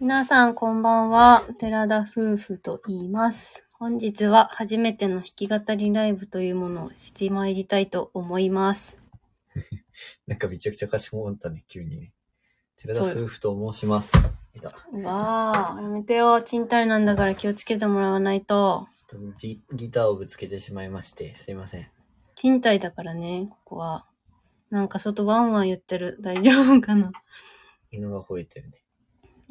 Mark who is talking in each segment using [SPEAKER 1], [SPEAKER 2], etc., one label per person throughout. [SPEAKER 1] 皆さんこんばんは。寺田夫婦と言います。本日は初めての弾き語りライブというものをしてまいりたいと思います。
[SPEAKER 2] なんかめちゃくちゃ賢かったね、急にね。寺田
[SPEAKER 1] そうよ
[SPEAKER 2] 夫婦と申します。いた。ちょ
[SPEAKER 1] うわあ、やめてよ。賃貸なんだから気をつけてもらわないと。
[SPEAKER 2] っとギギターをぶつけてしまいまして、すいません。
[SPEAKER 1] 賃貸だからね、ここは。なんか外ワンワン言ってる。大丈夫かな
[SPEAKER 2] 犬が吠えてるね。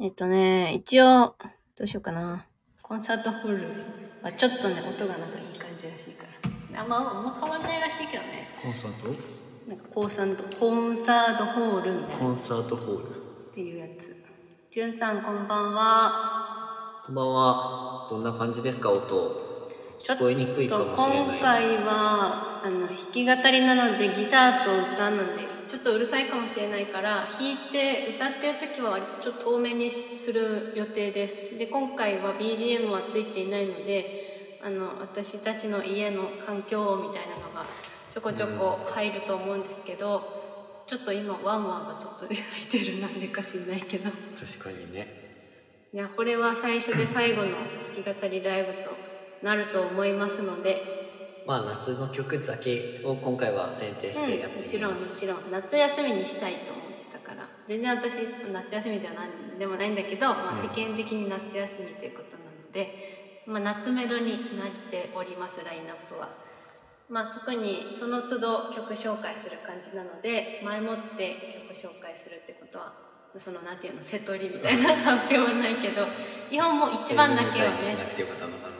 [SPEAKER 1] えっとね、一応、どうしようかな。コンサートホールはちょっとね、音がなんかいい感じらしいから。あんまあ、あんま変わらないらしいけどね。
[SPEAKER 2] コンサート
[SPEAKER 1] なんかコンサート、コンサートホールみたいなっ
[SPEAKER 2] ンサートホール。
[SPEAKER 1] ていうやつ。じゅんさんこんばんは。
[SPEAKER 2] こんばんは。どんな感じですか、音。
[SPEAKER 1] ちょっ
[SPEAKER 2] 聞
[SPEAKER 1] と
[SPEAKER 2] こえ
[SPEAKER 1] 今
[SPEAKER 2] にくいかもしれない。
[SPEAKER 1] 回はあの弾き語りなのでギターと歌なのでちょっとうるさいかもしれないから弾いて歌ってる時は割とちょっと遠めにする予定ですで今回は BGM はついていないのであの私たちの家の環境音みたいなのがちょこちょこ入ると思うんですけど、ちょっと今ワンワンが外で泣いてるなんでか知んないけど。
[SPEAKER 2] 確かにね。
[SPEAKER 1] いやこれは最初で最後の弾き語りライブとなると思いますので、
[SPEAKER 2] まあ、夏の曲だけを今回は選定してやっ
[SPEAKER 1] うん、
[SPEAKER 2] て
[SPEAKER 1] も
[SPEAKER 2] み
[SPEAKER 1] ちろん
[SPEAKER 2] ま
[SPEAKER 1] も
[SPEAKER 2] す。
[SPEAKER 1] ちろん夏休みにしたいと思ってたから全然私夏休みではなんでもないんだけど、まあ、
[SPEAKER 2] う
[SPEAKER 1] 世間
[SPEAKER 2] ん
[SPEAKER 1] 的に夏休みということなので、まあ、夏メロになっておりますラインナップは、まあ、特にその都度曲紹介する感じなので前もって曲紹介するってことはそのなんていうの瀬戸りみたいな発表はないけど基本もう一番だけは
[SPEAKER 2] ライブみたいにし
[SPEAKER 1] ね
[SPEAKER 2] なくてよかったの。あの、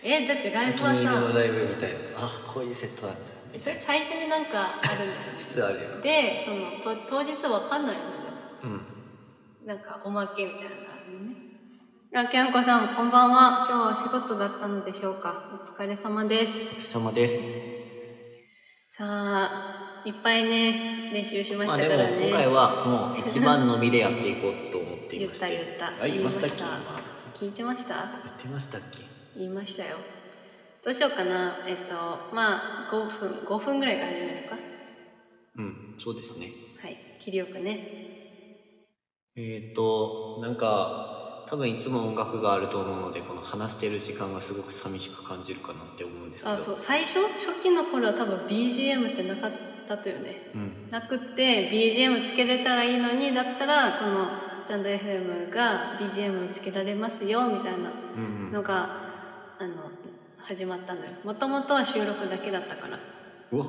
[SPEAKER 1] えだってライ
[SPEAKER 2] お気
[SPEAKER 1] ブは
[SPEAKER 2] に入りの
[SPEAKER 1] さ
[SPEAKER 2] ライブみたいな。あ、こういうセットなんだ。
[SPEAKER 1] それ最初になんかあるんだよ
[SPEAKER 2] 普通あるよ。
[SPEAKER 1] でそのと当日わかんないので
[SPEAKER 2] うん。
[SPEAKER 1] もなんかおまけみたいなのがあるのねあきゃんこさんこんばんは今日はお仕事だったのでしょうかお疲れ様です
[SPEAKER 2] お疲れ様です。
[SPEAKER 1] さあいっぱいね練習しまし
[SPEAKER 2] ま
[SPEAKER 1] た
[SPEAKER 2] あ
[SPEAKER 1] か
[SPEAKER 2] で
[SPEAKER 1] らね、
[SPEAKER 2] も今回はもう一番のみでやっていこうと思ってい
[SPEAKER 1] 言っ
[SPEAKER 2] まして
[SPEAKER 1] た言った、
[SPEAKER 2] あ言いましたっけ
[SPEAKER 1] 言
[SPEAKER 2] 今
[SPEAKER 1] 聞いてました
[SPEAKER 2] 言ってましたっけ
[SPEAKER 1] 言いましたよどうしようかなえっとまあ5分5分ぐらいから始めるか
[SPEAKER 2] うんそうですね
[SPEAKER 1] はい切りよくね
[SPEAKER 2] えっ、ー、となんか多分いつも音楽があると思うのでこの話してる時間がすごく寂しく感じるかなって思うんですけど
[SPEAKER 1] あそう最初初期の頃は多分 BGM ってなかったとよね
[SPEAKER 2] うん
[SPEAKER 1] なくって BGM つけれたらいいのにだったらこのスタンド FM が BGM つけられますよみたいな
[SPEAKER 2] うんうん
[SPEAKER 1] のが、あの始まったのよもともとは収録だけだったから
[SPEAKER 2] うわ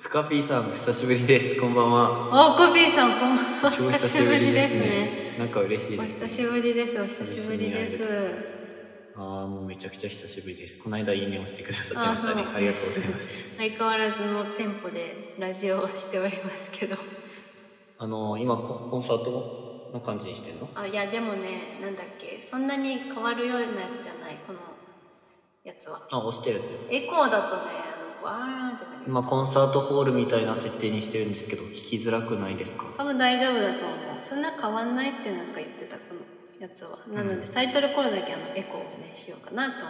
[SPEAKER 2] ふかぴーさん久しぶりですこんばんは
[SPEAKER 1] おコピーさんこんばんは
[SPEAKER 2] 超
[SPEAKER 1] お久しぶりですね
[SPEAKER 2] なんか嬉しい
[SPEAKER 1] お
[SPEAKER 2] です
[SPEAKER 1] 久しぶりですお久しぶりで
[SPEAKER 2] 久しぶりに会え
[SPEAKER 1] す
[SPEAKER 2] ああもうめちゃくちゃ久しぶりですこの間いいねをしてくださって
[SPEAKER 1] あ
[SPEAKER 2] ましたね
[SPEAKER 1] そう
[SPEAKER 2] ありがとうございます
[SPEAKER 1] 相変わらずのテンポでラジオをしておりますけど
[SPEAKER 2] あの今ココンサートの感じにしてんの
[SPEAKER 1] あいやでもねなんだっけそんなに変わるようなやつじゃないこのやつは
[SPEAKER 2] あ押してる
[SPEAKER 1] エコーだとねあのわーってなる
[SPEAKER 2] 今コンサートホールみたいな設定にしてるんですけど聞きづらくないですか
[SPEAKER 1] 多分大丈夫だと思うそんな変わんないってなんか言ってたこのやつはなので、タイトルコールだけあのエコーをねしようかなと思っ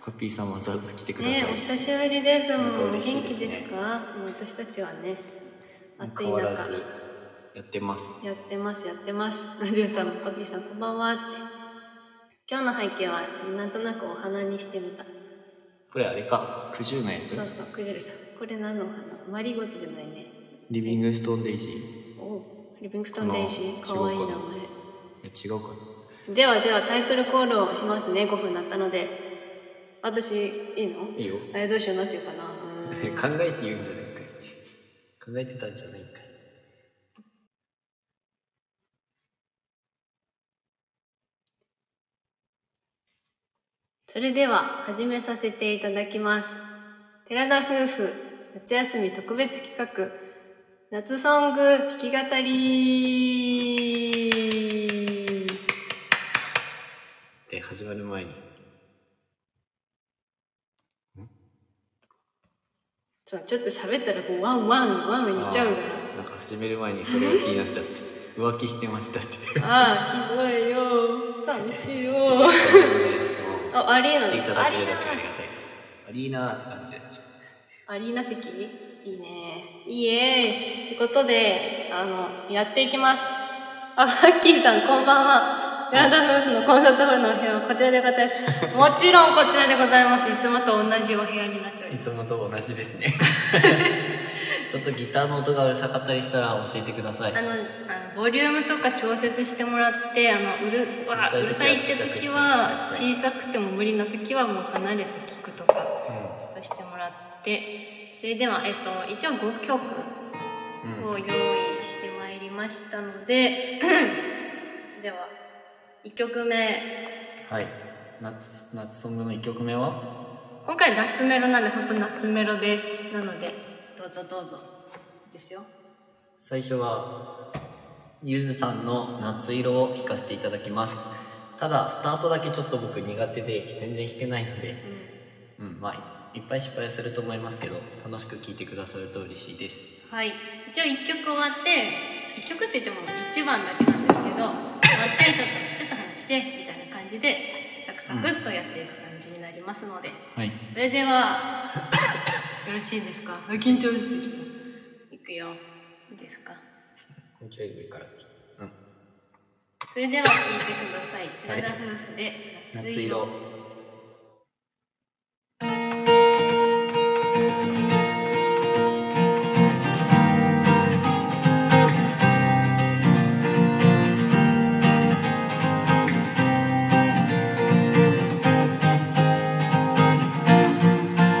[SPEAKER 2] カピーさんわざわざ来てく
[SPEAKER 1] て
[SPEAKER 2] ださ
[SPEAKER 1] ね
[SPEAKER 2] い
[SPEAKER 1] お久しぶりです
[SPEAKER 2] なんか
[SPEAKER 1] もう
[SPEAKER 2] 嬉し
[SPEAKER 1] 元
[SPEAKER 2] いで
[SPEAKER 1] 気
[SPEAKER 2] すね
[SPEAKER 1] ですかもう私たちはね暑い
[SPEAKER 2] 変わら
[SPEAKER 1] 中
[SPEAKER 2] ずやってます
[SPEAKER 1] やってますやってますジュンさんもコピーさんこんばんはって今日の背景はなんとなくお花にしてみた
[SPEAKER 2] これあれか九十のやつ
[SPEAKER 1] そうそうくれるこれ何のお花マリーゴットじゃないね
[SPEAKER 2] リビングストーンデイジーい
[SPEAKER 1] おリビングストンデイジーかわいい名前
[SPEAKER 2] 違うかや違うかな
[SPEAKER 1] ではではタイトルコールをしますね5分なったので私いいの
[SPEAKER 2] いいよ
[SPEAKER 1] えどうしようなっていう かなう
[SPEAKER 2] 考
[SPEAKER 1] ーん
[SPEAKER 2] えて言うんじゃないかい考えてたんじゃないかい
[SPEAKER 1] それでは始めさせていただきます寺田夫婦夏休み特別企画夏ソング弾き語り
[SPEAKER 2] で始まる前に
[SPEAKER 1] ちょちょっと喋ったらこうワンワンワンワン言っちゃうから
[SPEAKER 2] あーなんか始める前にそれが気になっちゃって 浮気してましたって
[SPEAKER 1] ああ、ひどいよ。寂しいよ。
[SPEAKER 2] そう
[SPEAKER 1] あ、アリーナ
[SPEAKER 2] 来てい
[SPEAKER 1] ア
[SPEAKER 2] た
[SPEAKER 1] リー
[SPEAKER 2] だける
[SPEAKER 1] ナ
[SPEAKER 2] だけありがたいですアリーナーって感じですよ
[SPEAKER 1] アリーナ席いいね。イエーイ。ということで、あの、やっていきます。あ、ハッキーさん、こんばんは。ジェラタ夫婦のコンサートホールのお部屋はこちらでございます。もちろんこちらでございます。いつもと同じお部屋になっており
[SPEAKER 2] い
[SPEAKER 1] ます。
[SPEAKER 2] つもと同じです ねちょっとギターの音がうるさかったりしたら教えてください
[SPEAKER 1] あの、あのボリュームとか調節してもらって、あの、うる、わ
[SPEAKER 2] う
[SPEAKER 1] う
[SPEAKER 2] る
[SPEAKER 1] る
[SPEAKER 2] さ
[SPEAKER 1] さ
[SPEAKER 2] い
[SPEAKER 1] い
[SPEAKER 2] 時
[SPEAKER 1] っ
[SPEAKER 2] は
[SPEAKER 1] て時
[SPEAKER 2] ちっちゃ
[SPEAKER 1] は
[SPEAKER 2] く、して
[SPEAKER 1] 小さくても無理な時はもう離れて聞くとか、ちょっとしてもらって、それでは、えっと、一応5曲
[SPEAKER 2] うん
[SPEAKER 1] を用意してまいりましたので、 では、1曲目、
[SPEAKER 2] はい夏夏ソングの1曲目は
[SPEAKER 1] 今回夏メロなんで、本当夏メロです。なので、どうぞどうぞ。ですよ。
[SPEAKER 2] 最初はゆずさんの「夏色」を弾かせていただきますただスタートだけちょっと僕苦手で全然弾けないのでうんまあいっぱい失敗すると思いますけど楽しく聴いてくださると嬉しいです
[SPEAKER 1] はい、一応1曲終わって1曲って言っても1番だけなんですけど終わってちょっとちょっと話してみたいな感じでサクサクっとやっていく感じになりますので、
[SPEAKER 2] はい
[SPEAKER 1] それではよろしいですかあ緊張してきたいくよいいですか
[SPEAKER 2] もうちょい上からうん
[SPEAKER 1] それでは聴いてください「寺田夫婦で
[SPEAKER 2] 夏色
[SPEAKER 1] 駐車場のネズ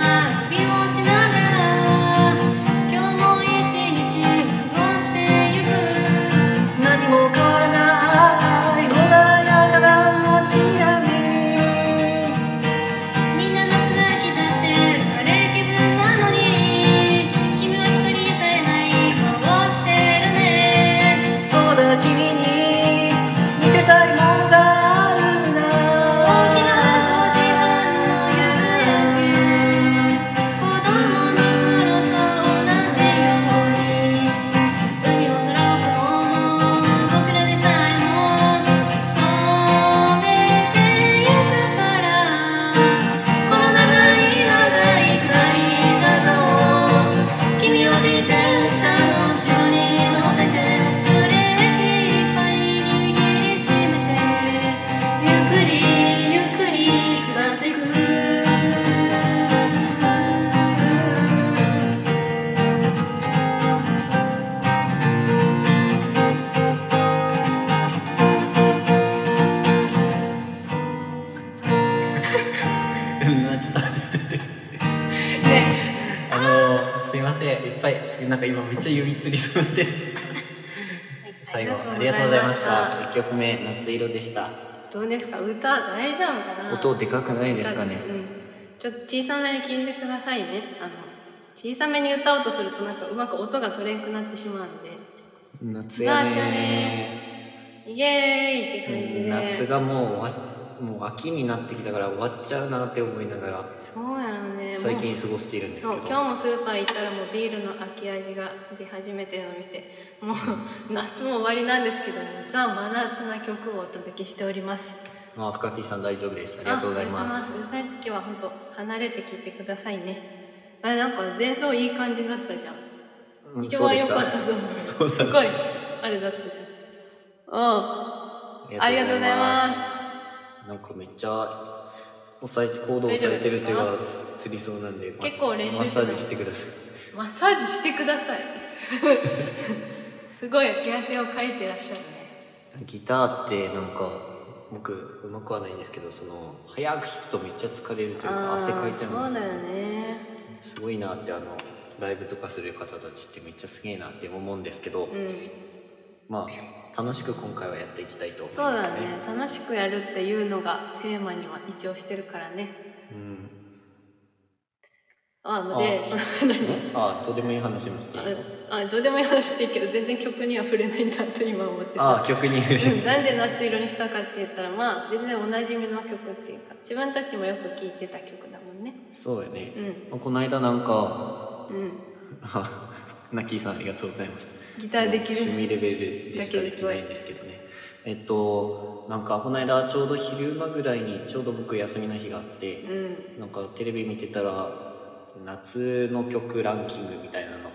[SPEAKER 1] は君をしながら今日も一日過ごしてゆく」
[SPEAKER 3] 何も変わらない穏やかな街並み
[SPEAKER 1] みんな夏が来たって浮かれ気分なのに君は一人さえない顔してるね
[SPEAKER 3] そうだ君に見せたいものがあるんだ
[SPEAKER 1] 大きな5時半の夕焼け子供の頃と同じように海も空も雲も僕らでさえも染めてゆくからこの長い長い下り坂を君を自転車の後ろに乗せてブレーキいっぱい握りしめてゆっくりゆっくり下ってく
[SPEAKER 2] うんなちょっとあのー、すいませんいっぱいなんか今めっちゃ指つりそう で最後ありがとうございました1曲目「夏色」でした
[SPEAKER 1] どうですか歌大丈夫かな
[SPEAKER 2] 音でかくないですかね
[SPEAKER 1] うん、ちょっと小さめに聞いてくださいねあの小さめに歌おうとするとなんかうまく音が取れなくなってしまうんで
[SPEAKER 2] 夏やね
[SPEAKER 1] イエーイって感じ
[SPEAKER 2] うん
[SPEAKER 1] で
[SPEAKER 2] 夏がもう終わっもう秋になってきたから終わっちゃうなって思いながら
[SPEAKER 1] そうやのね
[SPEAKER 2] 最近
[SPEAKER 1] もう
[SPEAKER 2] 過ごしているんです
[SPEAKER 1] そう
[SPEAKER 2] け
[SPEAKER 1] 今
[SPEAKER 2] ど
[SPEAKER 1] 日もスーパー行ったらもうビールの秋味が出始めてるのを見てもう 夏も終わりなんですけどもザ・真夏な曲をお届けしております
[SPEAKER 2] まあ深木さん大丈夫ですありがとうございま
[SPEAKER 1] あ
[SPEAKER 2] す
[SPEAKER 1] うるさい月は本当離れて聞いてくださいね。あなんか前奏いい感じだったじゃん。
[SPEAKER 2] うん
[SPEAKER 1] 一
[SPEAKER 2] そう
[SPEAKER 1] 番
[SPEAKER 2] で
[SPEAKER 1] 良
[SPEAKER 2] した
[SPEAKER 1] かったと思う。す
[SPEAKER 2] そうだね
[SPEAKER 1] ごいあれだったじゃん。うん。ありがとうございます。
[SPEAKER 2] なんかめっちゃ抑えて行動されてる手
[SPEAKER 1] 大丈夫
[SPEAKER 2] がつつりそうなんでま
[SPEAKER 1] 結構練習
[SPEAKER 2] マッ
[SPEAKER 1] して
[SPEAKER 2] サ
[SPEAKER 1] た
[SPEAKER 2] ージしてください
[SPEAKER 1] マッサージしてください。 すごい手汗をかいてらっしゃるね。
[SPEAKER 2] ギターってなんか僕うまくはないんですけどその早く弾くとめっちゃ疲れるというか汗かいちゃ
[SPEAKER 1] あー
[SPEAKER 2] う
[SPEAKER 1] そ
[SPEAKER 2] ん
[SPEAKER 1] う
[SPEAKER 2] で
[SPEAKER 1] だよね。
[SPEAKER 2] すすごいなってあのライブとかする方たちってめっちゃすげえなって思うんですけど、
[SPEAKER 1] うん。
[SPEAKER 2] まあ楽しく今回はやっていきたいと思い
[SPEAKER 1] そ
[SPEAKER 2] ま
[SPEAKER 1] う
[SPEAKER 2] す
[SPEAKER 1] だ
[SPEAKER 2] ね
[SPEAKER 1] ね。楽しくやるっていうのがテーマには一応してるからね。
[SPEAKER 2] うん
[SPEAKER 1] あ、で、
[SPEAKER 2] あ
[SPEAKER 1] その何
[SPEAKER 2] ああどうでもいい話もしていい
[SPEAKER 1] ああどうでもいい話していいけど全然曲には触れないんだって今思って
[SPEAKER 2] あ
[SPEAKER 1] さ
[SPEAKER 2] あ曲に 触れ
[SPEAKER 1] うんなんで夏色にしたかって言ったらまあ全然おなじみの曲っていうか自分たちもよく聴いてた曲だもんね
[SPEAKER 2] そうやね
[SPEAKER 1] うん、
[SPEAKER 2] まあこの間なんか
[SPEAKER 1] うん
[SPEAKER 2] あナッキーさんありがとうございます
[SPEAKER 1] ギターできる
[SPEAKER 2] 趣味レベルでしかできないんですけどねえっとなんかこの間ちょうど昼間ぐらいにちょうど僕休みの日があって、
[SPEAKER 1] うん
[SPEAKER 2] なんかテレビ見てたら夏の曲ランキングみたいなの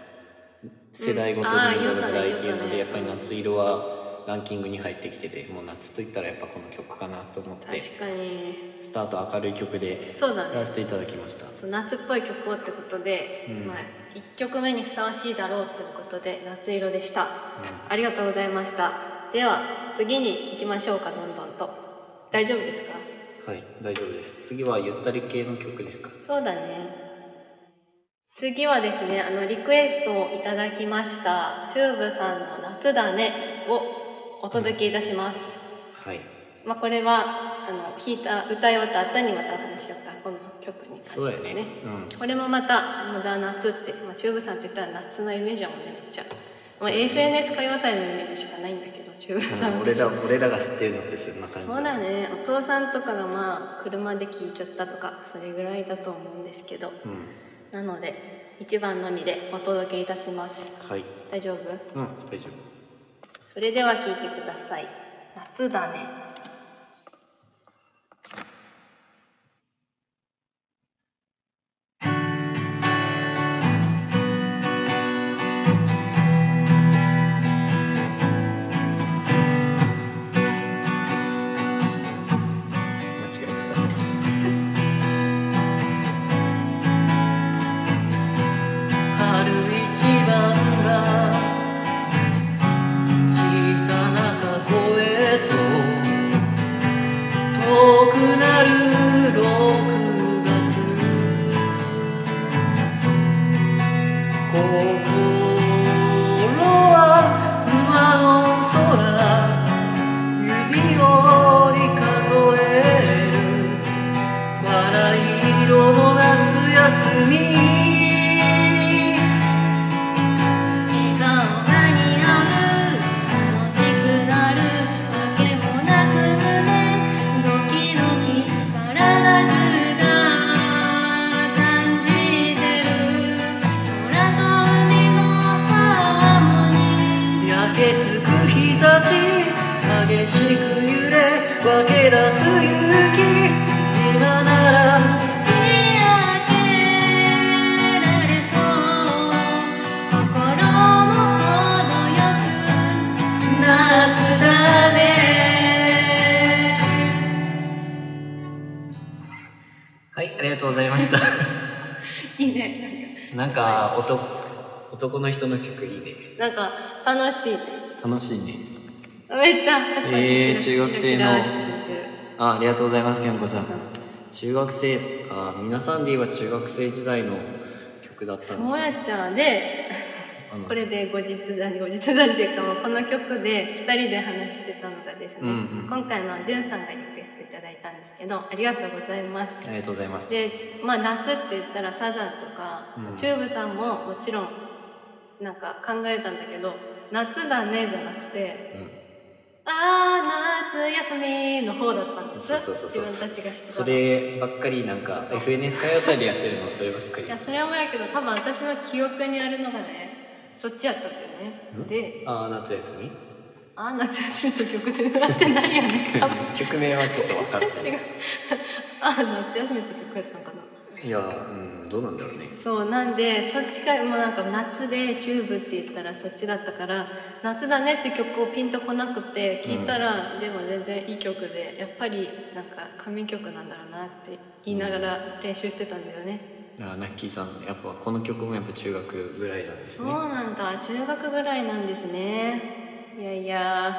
[SPEAKER 2] 世代ごとに
[SPEAKER 1] あー
[SPEAKER 2] どれぐらい
[SPEAKER 1] よ
[SPEAKER 2] っ
[SPEAKER 1] く
[SPEAKER 2] て
[SPEAKER 1] ね
[SPEAKER 2] いうので、
[SPEAKER 1] よ
[SPEAKER 2] やっ
[SPEAKER 1] く
[SPEAKER 2] ぱ
[SPEAKER 1] ね
[SPEAKER 2] り夏色はランキングに入ってきててもう夏といったらやっぱこの曲かなと思って
[SPEAKER 1] 確かに
[SPEAKER 2] スタート明るい曲で
[SPEAKER 1] そうだ
[SPEAKER 2] や
[SPEAKER 1] ね
[SPEAKER 2] らせていただきました
[SPEAKER 1] そう夏っぽい曲をってことで、
[SPEAKER 2] うん
[SPEAKER 1] まあ、1曲目にふさわしいだろうということで「夏色」でした、ありがとうございましたでは次に行きましょうかどんどんと大丈夫ですか
[SPEAKER 2] はい大丈夫です次はゆったり系の曲ですか
[SPEAKER 1] そうだね次はですねあのリクエストをいただきましたチューブさんの「夏だね」をお届けいたします、
[SPEAKER 2] はい
[SPEAKER 1] まあ、これはあの弾いた歌い終わった後にまたお話しようかこの曲に関して
[SPEAKER 2] そうやねうん
[SPEAKER 1] これもまた「無駄夏」って、まあ、チューブさんって言ったら夏のイメージだもんねめっちゃ、ま
[SPEAKER 2] そう
[SPEAKER 1] あ、
[SPEAKER 2] だね
[SPEAKER 1] AFNS 歌謡祭のイメージしかないんだけどチューブさん
[SPEAKER 2] 俺ら俺らが知ってるのってそんな感じ
[SPEAKER 1] そうだねお父さんとかがまあ車で聴いちゃったとかそれぐらいだと思うんですけど
[SPEAKER 2] うん
[SPEAKER 1] なので1番のみでお届けいたします
[SPEAKER 2] はい
[SPEAKER 1] 大丈夫
[SPEAKER 2] うん大丈
[SPEAKER 1] それでは聴いてください夏だね
[SPEAKER 2] 夫間違えましたね
[SPEAKER 3] 春一番が小さな籠へと遠くなる六月心は馬の空指折り数える「笑い色の夏休み」
[SPEAKER 1] 笑顔が似合う楽しくなるわけもなく胸ドキドキ体中が感じてる空と海のハーモニー
[SPEAKER 3] 「焼けつく日差し」「激しく揺れ分け出す勇気」「今なら
[SPEAKER 1] 「打ち明けられそう」「心も程よく夏だね」
[SPEAKER 2] はいありがとうございま した
[SPEAKER 1] いいね
[SPEAKER 2] なんか男男の人の曲いいね
[SPEAKER 1] なんかなんか楽しいね
[SPEAKER 2] 楽しいね
[SPEAKER 1] めっちゃパチパチ
[SPEAKER 2] えー中学生の
[SPEAKER 1] キラキラしてる
[SPEAKER 2] あありがとうございますけんこさん中学生あ皆さんで言えば中学生時代の曲だったんです
[SPEAKER 1] そうやっちゃんで
[SPEAKER 2] あの
[SPEAKER 1] これで後日談後日談っていうかもうこの曲で2人で話してたのがですね、
[SPEAKER 2] うんうん
[SPEAKER 1] 今回のじゅんさんがリクエストいただいたんですけどありがとうございます
[SPEAKER 2] ありがとうございます
[SPEAKER 1] で、まあ、夏って言ったらサザンとか、
[SPEAKER 2] うん
[SPEAKER 1] チューブさんももちろんなんか考えたんだけど「夏だね」じゃなくて
[SPEAKER 2] うん
[SPEAKER 1] 「あー夏休み」の方だったんです
[SPEAKER 2] そうそうそうそう
[SPEAKER 1] 自分たちが知ってた
[SPEAKER 2] そればっかりなんか FNS 歌謡祭でやってるのそればっかり
[SPEAKER 1] いやそれはもやけど多分私の記憶にあるのがねそっちやったんだよねで
[SPEAKER 2] ああ夏休み
[SPEAKER 1] 「あー夏休み」と曲でなってないよ ね多分
[SPEAKER 2] 曲名はちょっと分かっ
[SPEAKER 1] 違う「あー夏休み」って曲やったのかな
[SPEAKER 2] ていやうんどうなんだろうね
[SPEAKER 1] そうなんでそっちかまあなんか夏でチューブって言ったらそっちだったから夏だねって曲をピンとこなくて聞いたら、でも全然いい曲でやっぱりなんか仮面曲なんだろうなって言いながら練習してたんだよね、
[SPEAKER 2] あナッキーさんやっぱこの曲もやっぱ中学ぐらいなんです
[SPEAKER 1] そう
[SPEAKER 2] ね
[SPEAKER 1] なんだ中学ぐらいなんですねいやいや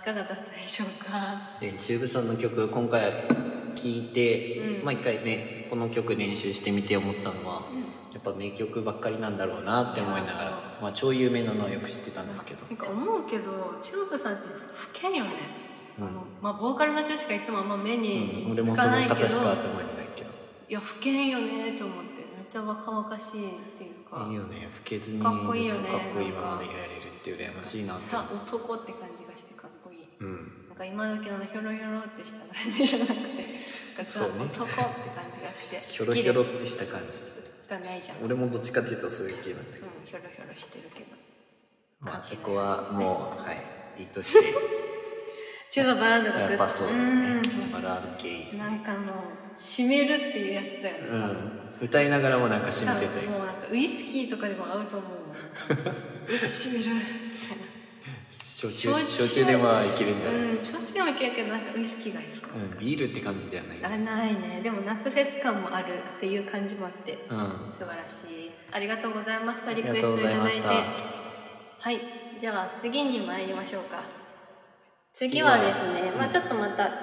[SPEAKER 1] いかがだったでしょうか
[SPEAKER 2] でチューブさんの曲今回聴いて、
[SPEAKER 1] うん
[SPEAKER 2] まあ一回ねこの曲練習してみて思ったのは、やっぱ名曲ばっかりなんだろうなって思いながらまあ超有名なのはよく知ってたんですけど
[SPEAKER 1] なんか思うけどチューブさんって老けんよね、
[SPEAKER 2] うん
[SPEAKER 1] あのまあボーカルの人しかいつもあんま目に
[SPEAKER 2] うん俺も
[SPEAKER 1] つ
[SPEAKER 2] そ
[SPEAKER 1] か
[SPEAKER 2] の
[SPEAKER 1] ないけど、
[SPEAKER 2] 方しか頭にないけど
[SPEAKER 1] いや老けんよねと思ってめっちゃ若々しいっていうか
[SPEAKER 2] いいよね老けずにずっと
[SPEAKER 1] か
[SPEAKER 2] かっ
[SPEAKER 1] っ
[SPEAKER 2] こ
[SPEAKER 1] こ
[SPEAKER 2] い
[SPEAKER 1] い
[SPEAKER 2] い
[SPEAKER 1] い
[SPEAKER 2] ま
[SPEAKER 1] よね
[SPEAKER 2] までいられるって羨ましいなって
[SPEAKER 1] さ男って感じがしてかっこいい
[SPEAKER 2] うん
[SPEAKER 1] なんか今時のヒョロヒョロってした感じじ ゃなくてなんかさ、
[SPEAKER 2] そうね
[SPEAKER 1] 男って感じがして
[SPEAKER 2] ひょろひょろっ
[SPEAKER 1] 好き
[SPEAKER 2] てした感じ
[SPEAKER 1] ですがないじゃん、うん、
[SPEAKER 2] 俺もどっちかっていうとそういう系なんだけど、
[SPEAKER 1] ヒョロヒョロしてるけど
[SPEAKER 2] まあ、そこはもうはいいいとして
[SPEAKER 1] 中盤バラードが
[SPEAKER 2] や
[SPEAKER 1] グ
[SPEAKER 2] っ
[SPEAKER 1] ッ
[SPEAKER 2] ぱそうですね
[SPEAKER 1] うん
[SPEAKER 2] バラード系いいですね
[SPEAKER 1] なんかもう締めるっていうやつだよね、
[SPEAKER 2] うん歌いながらもなんか染みてたよ
[SPEAKER 1] もう なんかウイスキーとかでも合うと思うもん締めるみたいな
[SPEAKER 4] 焼酎焼酎でまあいけるんじゃない、
[SPEAKER 1] うん焼酎でもいけるけどなんかウイスキーがいいですか、
[SPEAKER 4] うん、ビールって感じではない
[SPEAKER 1] あないねでも夏フェス感もあるっていう感じもあって
[SPEAKER 4] うん
[SPEAKER 1] 素晴らしいありがとうございましたリク
[SPEAKER 4] あ
[SPEAKER 1] エ
[SPEAKER 4] り
[SPEAKER 1] ス
[SPEAKER 4] がとう
[SPEAKER 1] トい
[SPEAKER 4] ござ
[SPEAKER 1] た
[SPEAKER 4] い
[SPEAKER 1] だ
[SPEAKER 4] ま
[SPEAKER 1] い
[SPEAKER 4] してた
[SPEAKER 1] はいでは次に参りましょうか次はですね、まあ、ちょっとまた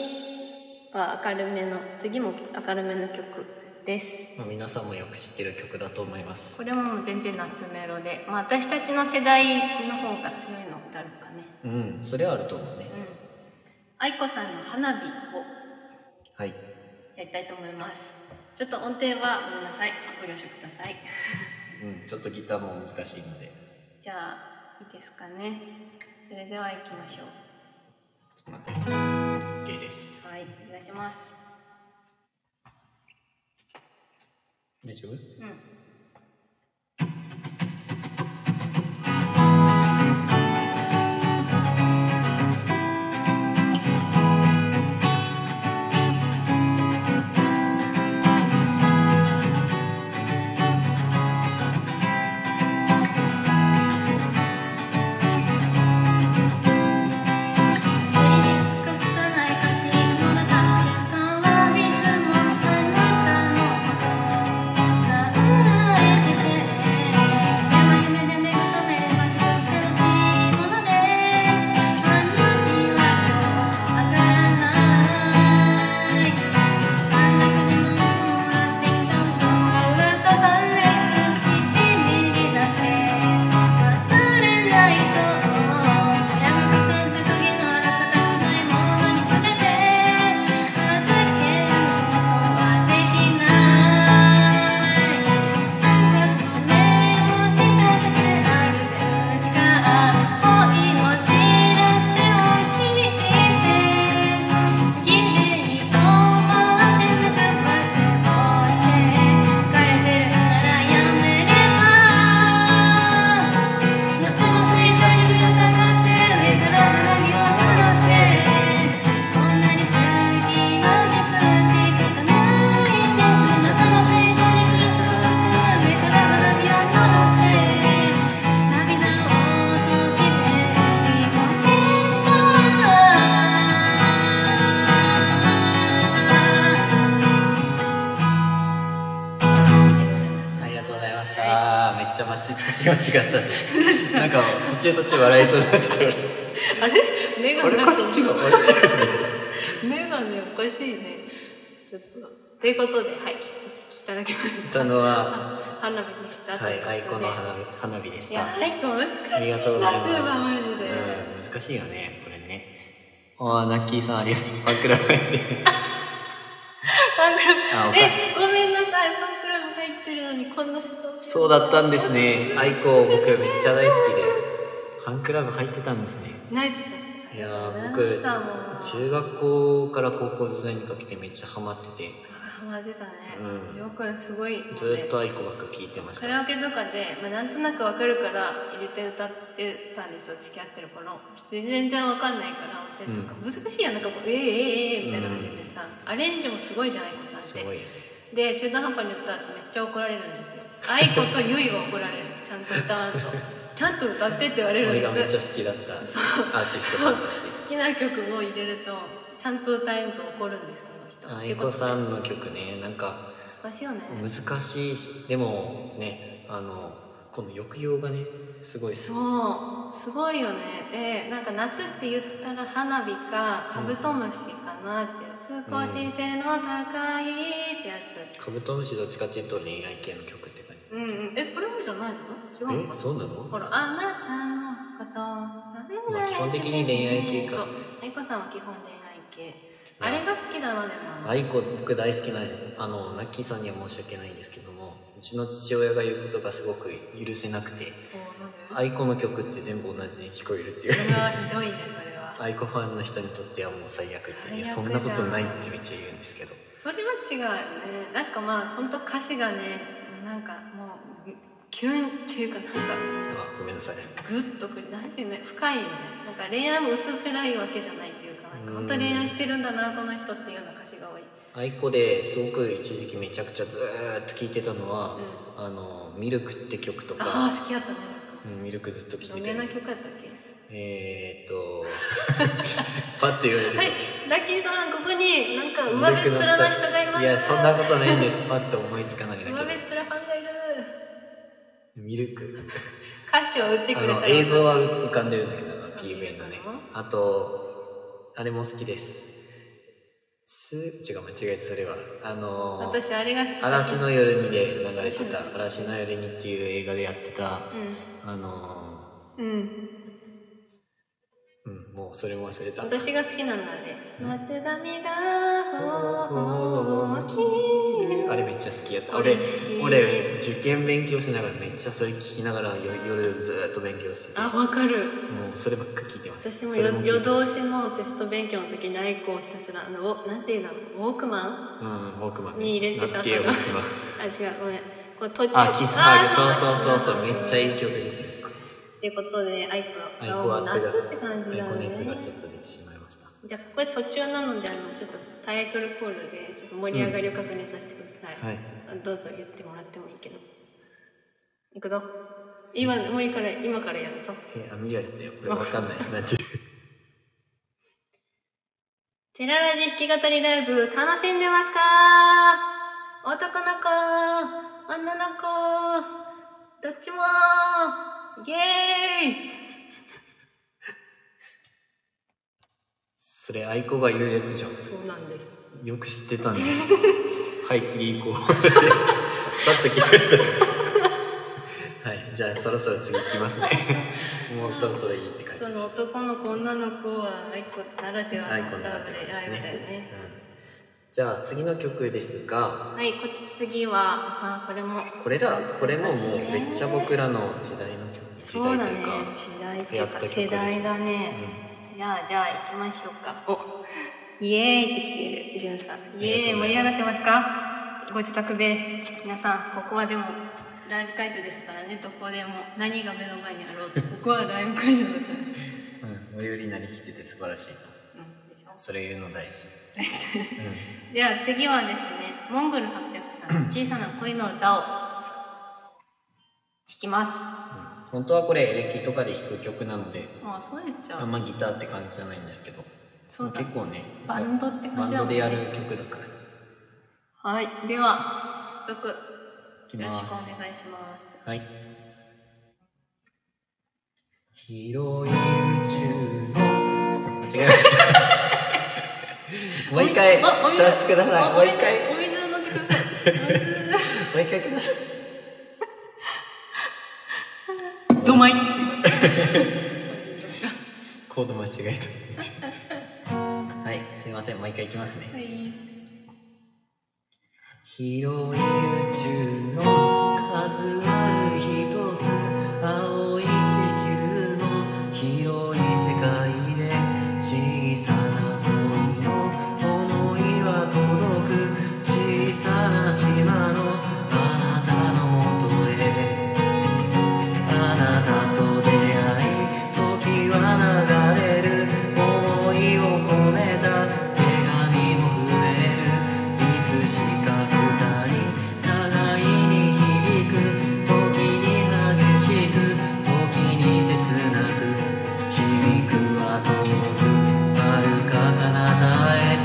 [SPEAKER 1] 次は明るめの次も明るめの曲です
[SPEAKER 2] まあ、皆さんもよく知ってる曲だと思います
[SPEAKER 1] これももう全然夏メロで、まあ、私たちの世代の方が強いのってあるかね
[SPEAKER 2] うんそれはあると思う
[SPEAKER 1] うん
[SPEAKER 2] ね
[SPEAKER 1] 愛子さんの花火を
[SPEAKER 2] はい
[SPEAKER 1] やりたいと思いますちょっと音程はごめんなさいご了承ください
[SPEAKER 2] うんちょっとギターも難しいので
[SPEAKER 1] じゃあいいですかねそれでは行きましょう
[SPEAKER 2] ちょっと待って OK です
[SPEAKER 1] はい、お願いします。
[SPEAKER 2] 大丈夫
[SPEAKER 1] うん。振り尽くさない歌詞の中疾患はリズムを奏でて夢で目が覚めれば苦しいものです犯人は今日わからないあんな風の中もらってきた動画がたたんで1ミリだけ忘れないと闇深く鍵のある形ないものに全て預けてることはできない三角の目をしただけあるでしか恋の知らせを聞いて綺麗に止まってなかったとして疲れてるならやめれば夏の水槽にぶら下がって上から花火を下ろしてこんなに好きなんです仕方ないんです夏の水槽にぶら下がって上から花火を下ろして涙を落として気持ちした
[SPEAKER 2] ありがとうございました、めっちゃマシ気持ちがあったです なんか途中途中笑いそうになってた
[SPEAKER 1] あれ目
[SPEAKER 4] あれ歌詞違うあれ
[SPEAKER 1] 眼鏡おかしいねちょっとということではい聞きいただきまし
[SPEAKER 2] 歌のは
[SPEAKER 1] 花火でした
[SPEAKER 2] はいアイコ
[SPEAKER 1] 火
[SPEAKER 2] の花火花火でし
[SPEAKER 1] いや
[SPEAKER 2] た
[SPEAKER 1] アイコ難しいな
[SPEAKER 2] ありがとうございます。
[SPEAKER 1] マジで、
[SPEAKER 2] うん、難しいよね、これね。ああ、ナッキーさんありがとう。ファンクラブ入ってる。
[SPEAKER 1] ファン
[SPEAKER 2] あお
[SPEAKER 1] クラブ
[SPEAKER 2] か
[SPEAKER 1] えごめんなさいファンクラブ入ってるのにこんな人
[SPEAKER 2] そうだったんですね。アイコ僕めっちゃ大好きで。ファンクラブ入ってたんですね。
[SPEAKER 1] ナイス
[SPEAKER 2] いやー
[SPEAKER 1] ありがとうございま
[SPEAKER 2] 僕、
[SPEAKER 1] したもう
[SPEAKER 2] 中学校から高校時代にかけてめっちゃハマってて、
[SPEAKER 1] ハマってたね
[SPEAKER 2] うん
[SPEAKER 1] りょうくんすごいので
[SPEAKER 2] ずっとアイコばっか聞いてまし
[SPEAKER 1] カ
[SPEAKER 2] た。
[SPEAKER 1] ラオケとかで、まあ、なんとなくわかるから入れて歌ってたんですよ付き合ってる頃で全然わかんないからでとか難しいやんなんかこう「ええええええみたいな感じでさ、アレンジもすごいじゃないかなっ
[SPEAKER 2] すご
[SPEAKER 1] て
[SPEAKER 2] いよね。
[SPEAKER 1] で中途半端に歌ってめっちゃ怒られるんですよ愛子とゆいは怒られるちゃんと歌わ んとちゃんと歌ってって言われるん
[SPEAKER 2] 俺
[SPEAKER 1] で
[SPEAKER 2] がめっちゃ
[SPEAKER 1] す
[SPEAKER 2] 好きだったアーティス
[SPEAKER 1] そ
[SPEAKER 2] ト
[SPEAKER 1] う
[SPEAKER 2] さ
[SPEAKER 1] ん
[SPEAKER 2] だし。
[SPEAKER 1] 好きな曲を入れるとちゃんと歌えんと怒るんですこの人
[SPEAKER 2] アイコさんの曲ね、なんか、
[SPEAKER 1] 難しいよね
[SPEAKER 2] 難しいしでもねあのこの抑揚がねすごい好き
[SPEAKER 1] そうすごいよねでなんか夏って言ったら花火かカブトムシかなって、少し背の高いってや
[SPEAKER 2] カブトムシどっちかっていうと恋愛系の曲って感
[SPEAKER 1] つうんうんえこれもじゃないの違う
[SPEAKER 2] じ
[SPEAKER 1] の
[SPEAKER 2] え
[SPEAKER 1] か
[SPEAKER 2] そうな
[SPEAKER 1] ほ
[SPEAKER 2] の
[SPEAKER 1] らあなたのことなんだ
[SPEAKER 2] まあ基本的に恋愛系か
[SPEAKER 1] そう愛子さんは基本恋愛系あれが好きだなでも
[SPEAKER 2] アイコ僕大好きなあのナッキーさんには申し訳ないんですけどもうちの父親が言うことがすごく許せなくて
[SPEAKER 1] こうなんで
[SPEAKER 2] アイコの曲って全部同じに聞こえるっていう
[SPEAKER 1] それはひどいねそれは
[SPEAKER 2] アイコファンの人にとってはもう最悪でいや
[SPEAKER 1] 最悪
[SPEAKER 2] そんなことないってめっちゃ言うんですけど
[SPEAKER 1] それは違うよねなんかまあ本当歌詞がねなんかもうキュンっていうかなんか
[SPEAKER 2] あごめんなさい
[SPEAKER 1] グッとくるなんていうの深いよねなんか恋愛も薄っぺらいわけじゃないっていうかなんか本当恋愛してるんだなこの人っていうような歌詞が多い
[SPEAKER 2] アイコですごく一時期めちゃくちゃずーっと聴いてたのは「あのミルク」って曲とか
[SPEAKER 1] ああ好きやったね
[SPEAKER 2] うん、ミルクずっと聴
[SPEAKER 1] ど
[SPEAKER 2] い
[SPEAKER 1] ん
[SPEAKER 2] て
[SPEAKER 1] な
[SPEAKER 2] る
[SPEAKER 1] 曲やったっけ
[SPEAKER 2] えーっとパッと言われると、
[SPEAKER 1] はい、ラッキーさん、ここになんか上辺
[SPEAKER 2] 上辺
[SPEAKER 1] 面
[SPEAKER 2] 面
[SPEAKER 1] な人がいます。
[SPEAKER 2] いやそんなことないんですパッと思いつかないだけ
[SPEAKER 1] 上辺
[SPEAKER 2] で
[SPEAKER 1] 面ファンがいる。
[SPEAKER 2] ミルク
[SPEAKER 1] 歌詞を打ってく
[SPEAKER 2] あ
[SPEAKER 1] れた
[SPEAKER 2] の
[SPEAKER 1] ら
[SPEAKER 2] 映像は浮かんでるんだけどな PV のね
[SPEAKER 1] 見れたの
[SPEAKER 2] あとあれも好きですす違う間違えたそれはあのー
[SPEAKER 1] 私あれが好きだ
[SPEAKER 2] 嵐の夜に」で流れてた「嵐の夜に」っていう映画でやってた、あの
[SPEAKER 1] うん、うん、
[SPEAKER 2] ーうんもうそれも忘れた
[SPEAKER 1] 私が好きなんだね。夏髪がほうき
[SPEAKER 2] あれめっちゃ好きやった
[SPEAKER 1] 俺
[SPEAKER 2] 俺
[SPEAKER 1] 好き
[SPEAKER 2] 俺受験勉強しながらめっちゃそれ聞きながら夜夜ずーっと勉強してて
[SPEAKER 1] あ、
[SPEAKER 2] も
[SPEAKER 1] わかる。
[SPEAKER 2] うそればっか聞いてます
[SPEAKER 1] 私も
[SPEAKER 2] それ
[SPEAKER 1] よ
[SPEAKER 2] 聞いて
[SPEAKER 1] 夜通しのテスト勉強の時にアイコンをひたすらあのおなんていうんだろうウォークマ
[SPEAKER 2] うんウォークマン
[SPEAKER 1] ンに入れてた
[SPEAKER 2] 名付けようウォークマン
[SPEAKER 1] あ違うごめんこれ途中
[SPEAKER 2] あキスハ
[SPEAKER 1] あ
[SPEAKER 2] ーグそうそうそうそうめっちゃいい曲ですね
[SPEAKER 1] っていうことでアイ
[SPEAKER 2] ア
[SPEAKER 1] コ
[SPEAKER 2] イ
[SPEAKER 1] ン
[SPEAKER 2] コ
[SPEAKER 1] は
[SPEAKER 2] 熱
[SPEAKER 1] 夏
[SPEAKER 2] が
[SPEAKER 1] って感じ
[SPEAKER 2] アイ
[SPEAKER 1] だ
[SPEAKER 2] コ
[SPEAKER 1] ね
[SPEAKER 2] 熱がちょっと出てしまいました
[SPEAKER 1] じゃあここで途中なのであのちょっとタイトルコールでちょっと盛り上がりを確認させてください、
[SPEAKER 2] はい
[SPEAKER 1] どうぞ言ってもらってもいいけどいくぞ今もういいから今からやるぞ
[SPEAKER 2] えあ見られたよこれわかんないなんていう
[SPEAKER 1] テララジ弾き語りライブ楽しんでますか男の子、女の子、どっちもイエーイ
[SPEAKER 2] それアイコが言うやつじゃん
[SPEAKER 1] そうなんです。
[SPEAKER 2] よく知ってたね はい次行こうさっと聞かれたはいじゃあそろそろ次行きます ねもうそろそろいいって感じ
[SPEAKER 1] その男の子、女の子は愛子ならでは
[SPEAKER 2] アイ
[SPEAKER 1] の
[SPEAKER 2] コンならではですね
[SPEAKER 1] 愛だよね。
[SPEAKER 2] うん、じゃあ次の曲ですが
[SPEAKER 1] はい、こ次は、あ、これも。
[SPEAKER 2] これらこれももうめっちゃ僕らの時代の曲時
[SPEAKER 1] そうだ
[SPEAKER 2] 代と
[SPEAKER 1] ね
[SPEAKER 2] いうか。
[SPEAKER 1] 時代ってい
[SPEAKER 2] 流行
[SPEAKER 1] う
[SPEAKER 2] っ
[SPEAKER 1] か
[SPEAKER 2] た曲です
[SPEAKER 1] 世代だね。じゃあ、じゃあ行きましょうか。お、イエーイって来ている、じゅんさん。イエーイ
[SPEAKER 2] あ
[SPEAKER 1] 盛
[SPEAKER 2] り
[SPEAKER 1] り
[SPEAKER 2] が
[SPEAKER 1] 上
[SPEAKER 2] と
[SPEAKER 1] がってますかご自宅で。皆さん、ここはでも、ライブ会場ですからね、どこでも、何が目の前にあろうと、ここはライブ会場だ から。
[SPEAKER 2] うん、最寄りなりきてて素晴らしいと
[SPEAKER 1] うん、でしょ
[SPEAKER 2] それ言うの大事、
[SPEAKER 1] では次はですね、モンゴル800さ んの小さな恋の歌を弾きます。
[SPEAKER 2] 本当はこれエレキとかで弾く曲なので
[SPEAKER 1] もうそう言っちゃ
[SPEAKER 2] あん
[SPEAKER 1] う。
[SPEAKER 2] まギターって感じじゃないんですけど
[SPEAKER 1] そうだ
[SPEAKER 2] 結構ね
[SPEAKER 1] バンドって感じだ
[SPEAKER 2] バ
[SPEAKER 1] も
[SPEAKER 2] ン
[SPEAKER 1] ん
[SPEAKER 2] ドで
[SPEAKER 1] ね
[SPEAKER 2] やる曲だから
[SPEAKER 1] はい、では、早速、よ
[SPEAKER 2] いき
[SPEAKER 1] ろ
[SPEAKER 2] ま
[SPEAKER 1] しくお
[SPEAKER 2] す
[SPEAKER 1] 願いします。
[SPEAKER 2] はい広い宇宙の間違えま したもう一回チ
[SPEAKER 1] あお水
[SPEAKER 2] ャンスください
[SPEAKER 1] あ
[SPEAKER 2] もう一回も
[SPEAKER 1] お水飲んでくださ
[SPEAKER 2] う一回ください
[SPEAKER 1] い。どまいって。
[SPEAKER 2] コード間違えたはいすいませんもう一回いきますね
[SPEAKER 1] はい。
[SPEAKER 2] 広い宇宙の
[SPEAKER 3] 数ある一つ青い地球の広い世界で小さな恋の想いは届く小さな島のあなたの音へあなたと出会い時は流れる思いを込めた手紙も増えるいつしか二人互いに響く時に激しく時に切なく響くは遠く遥か彼方へ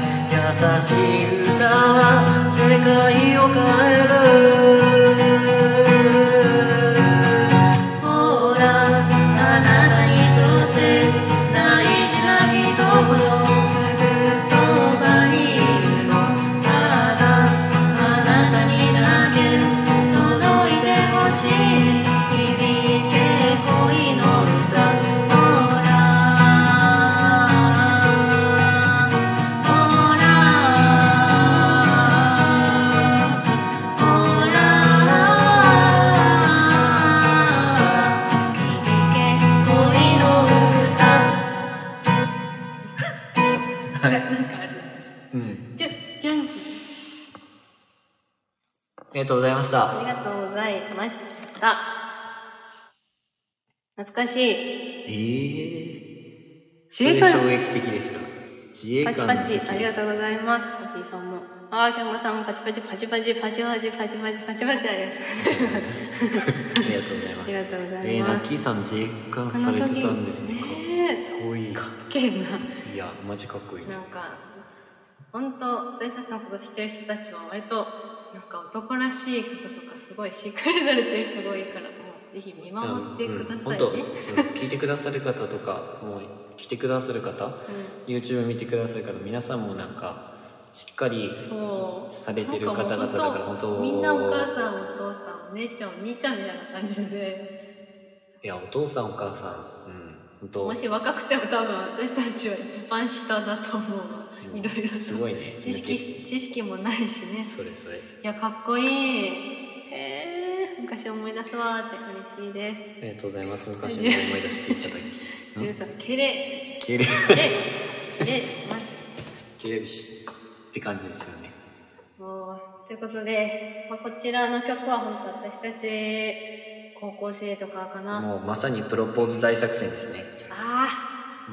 [SPEAKER 3] 優しい歌は世界を変えるほらあなたにとって大事な人のすぐそばにいるのただあなたにだけ届いてほしい響け恋の歌ほらほらほら「君がいる恋の歌
[SPEAKER 2] うん
[SPEAKER 1] じゅ、じゅん、
[SPEAKER 2] ありがとうございました
[SPEAKER 1] ありがとうございました。懐かしい。
[SPEAKER 2] ええそ
[SPEAKER 1] 正
[SPEAKER 2] れ
[SPEAKER 1] 解
[SPEAKER 2] 衝撃的でした自衛
[SPEAKER 1] パ
[SPEAKER 2] 官
[SPEAKER 1] チ
[SPEAKER 2] の
[SPEAKER 1] パチ、ありが
[SPEAKER 2] う
[SPEAKER 1] とうございます。コピーさんも。あー、キャンゴさんもパチパチ、パチパチ、パチパチ、パチパチ、パチパチ、ありがとうございます。
[SPEAKER 2] ありがとうございます
[SPEAKER 1] ありがとうございます
[SPEAKER 2] えー、ナッキーさん自衛官されてたんですね
[SPEAKER 1] ねえ
[SPEAKER 2] こいい
[SPEAKER 1] かっけえない
[SPEAKER 2] やマジかっこいい
[SPEAKER 1] なんか本当私たちのこと知ってる人たちは割となんか男らしいこととかすごいしっかりされてる人が多いからもうぜひ見守ってくださいね、
[SPEAKER 2] うんうん、本当、うん聞いてくださる方とかもう来てくださる方、YouTube 見てくださる方皆さんもなんかしっかり
[SPEAKER 1] そう
[SPEAKER 2] されてる方々だから
[SPEAKER 1] なん
[SPEAKER 2] 本当
[SPEAKER 1] みんなお母さんお父さんお姉ちゃんお兄ちゃんみたいな感じで
[SPEAKER 2] いやお父さんお母さんうん本当
[SPEAKER 1] もし若くても多分私たちは一番下だと思うわ
[SPEAKER 2] うん
[SPEAKER 1] いろいろと
[SPEAKER 2] すごいね
[SPEAKER 1] 知識知識もないしね
[SPEAKER 2] それそれ
[SPEAKER 1] いやかっこいいへえ昔思い出すわーって嬉しいです
[SPEAKER 2] ありがとうございます昔の思い出していただ
[SPEAKER 1] ジュンさんけれ
[SPEAKER 2] きキレ
[SPEAKER 1] けれけれします
[SPEAKER 2] キレしって感じですよね
[SPEAKER 1] もうということで、まあ、こちらの曲は本当私たち高校生とかかな
[SPEAKER 2] もうまさにプロポーズ大作戦ですね
[SPEAKER 1] あ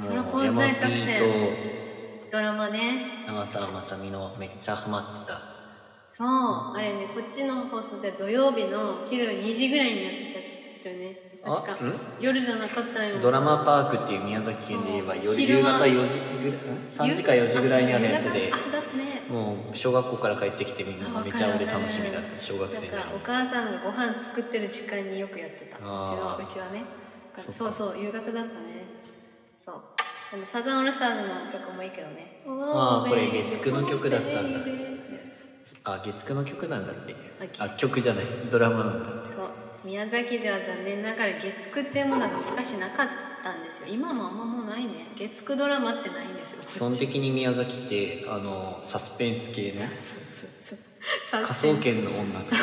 [SPEAKER 1] あプロポー
[SPEAKER 2] もう
[SPEAKER 1] ズ
[SPEAKER 2] 山
[SPEAKER 1] 大
[SPEAKER 2] P
[SPEAKER 1] 作
[SPEAKER 2] と
[SPEAKER 1] 戦ドラマね
[SPEAKER 2] 長澤まさみのめっちゃハマってた
[SPEAKER 1] そうあれねこっちの放送で土曜日の昼2時ぐらいにやってたよね確か
[SPEAKER 2] あん
[SPEAKER 1] 夜じゃなかったよ
[SPEAKER 2] ドラマパークっていう宮崎県で言えば
[SPEAKER 1] そう
[SPEAKER 2] 夜
[SPEAKER 1] 昼
[SPEAKER 2] 夕
[SPEAKER 1] 間
[SPEAKER 2] 方4時ぐらいん3時か4時ぐらいにあるやつで
[SPEAKER 1] あだってね
[SPEAKER 2] もう小学校から帰ってきてみんなめちゃ俺楽しみだった小学生な
[SPEAKER 1] なんかお母さんがご飯作ってる時間によくやってたうちの
[SPEAKER 2] あー
[SPEAKER 1] うちはねだから
[SPEAKER 2] そ
[SPEAKER 1] そ
[SPEAKER 2] っ
[SPEAKER 1] う
[SPEAKER 2] か
[SPEAKER 1] そう夕方だったねそうあのサザンオールスターズの曲もいいけどね
[SPEAKER 2] あーこれ月九の曲だったんだ
[SPEAKER 1] ベイベー
[SPEAKER 2] あ月9の曲なんだって
[SPEAKER 1] あ
[SPEAKER 2] あ曲じゃないドラマなんだって
[SPEAKER 1] そう宮崎では残念ながら月9っていうものが昔なかったんですよ今もあんまもうないね月9ドラマってないんですよ
[SPEAKER 2] 基 本的に宮崎ってあのサスペンス系ね
[SPEAKER 1] さ
[SPEAKER 2] 科捜研の 女とか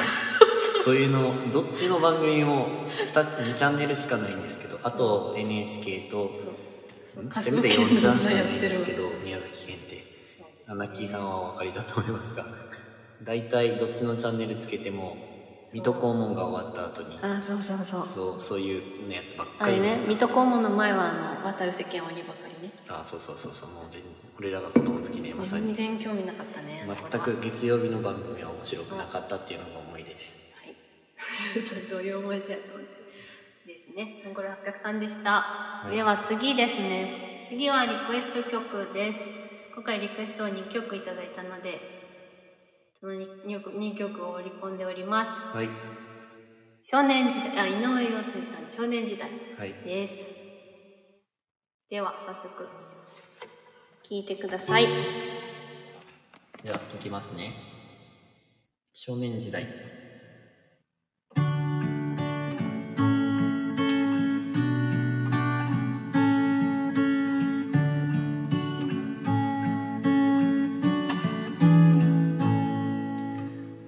[SPEAKER 2] そういうのどっちの番組も 2, チャンネルしかないんですけどあと NHK と
[SPEAKER 1] そう科捜
[SPEAKER 2] 全部で
[SPEAKER 1] 研の
[SPEAKER 2] 4チャンし
[SPEAKER 1] 女
[SPEAKER 2] かな
[SPEAKER 1] や
[SPEAKER 2] い
[SPEAKER 1] ってる
[SPEAKER 2] んですけど宮崎県ってアナッキーさんはお分かりだと思いますが 大体どっちのチャンネルつけても水戸黄門が終わった後に
[SPEAKER 1] あそうそうそう
[SPEAKER 2] そうそういうのやつばっ
[SPEAKER 1] あ
[SPEAKER 2] か
[SPEAKER 1] れ
[SPEAKER 2] り
[SPEAKER 1] ね水戸黄門の前はあの渡る世間鬼ばかりね
[SPEAKER 2] あそうそうそうそうもう全俺らが子供の時ねまさ
[SPEAKER 1] 全
[SPEAKER 2] に
[SPEAKER 1] 然興味なかったね
[SPEAKER 2] 全
[SPEAKER 1] は
[SPEAKER 2] く月曜日の番組は面白くなかったっていうのが思い出です
[SPEAKER 1] いそうどういう 思い出やと思ってですねこれ803でした、では次ですね次はリクエスト曲です今回リクエストを2曲いただいたのでその 2, 曲2曲を織り込んでおります
[SPEAKER 2] はい
[SPEAKER 1] 少年時代あ井上陽水さんの少年時代
[SPEAKER 2] はい
[SPEAKER 1] ですでは早速聴いてください、
[SPEAKER 5] じゃあ、いきますね。少年時代。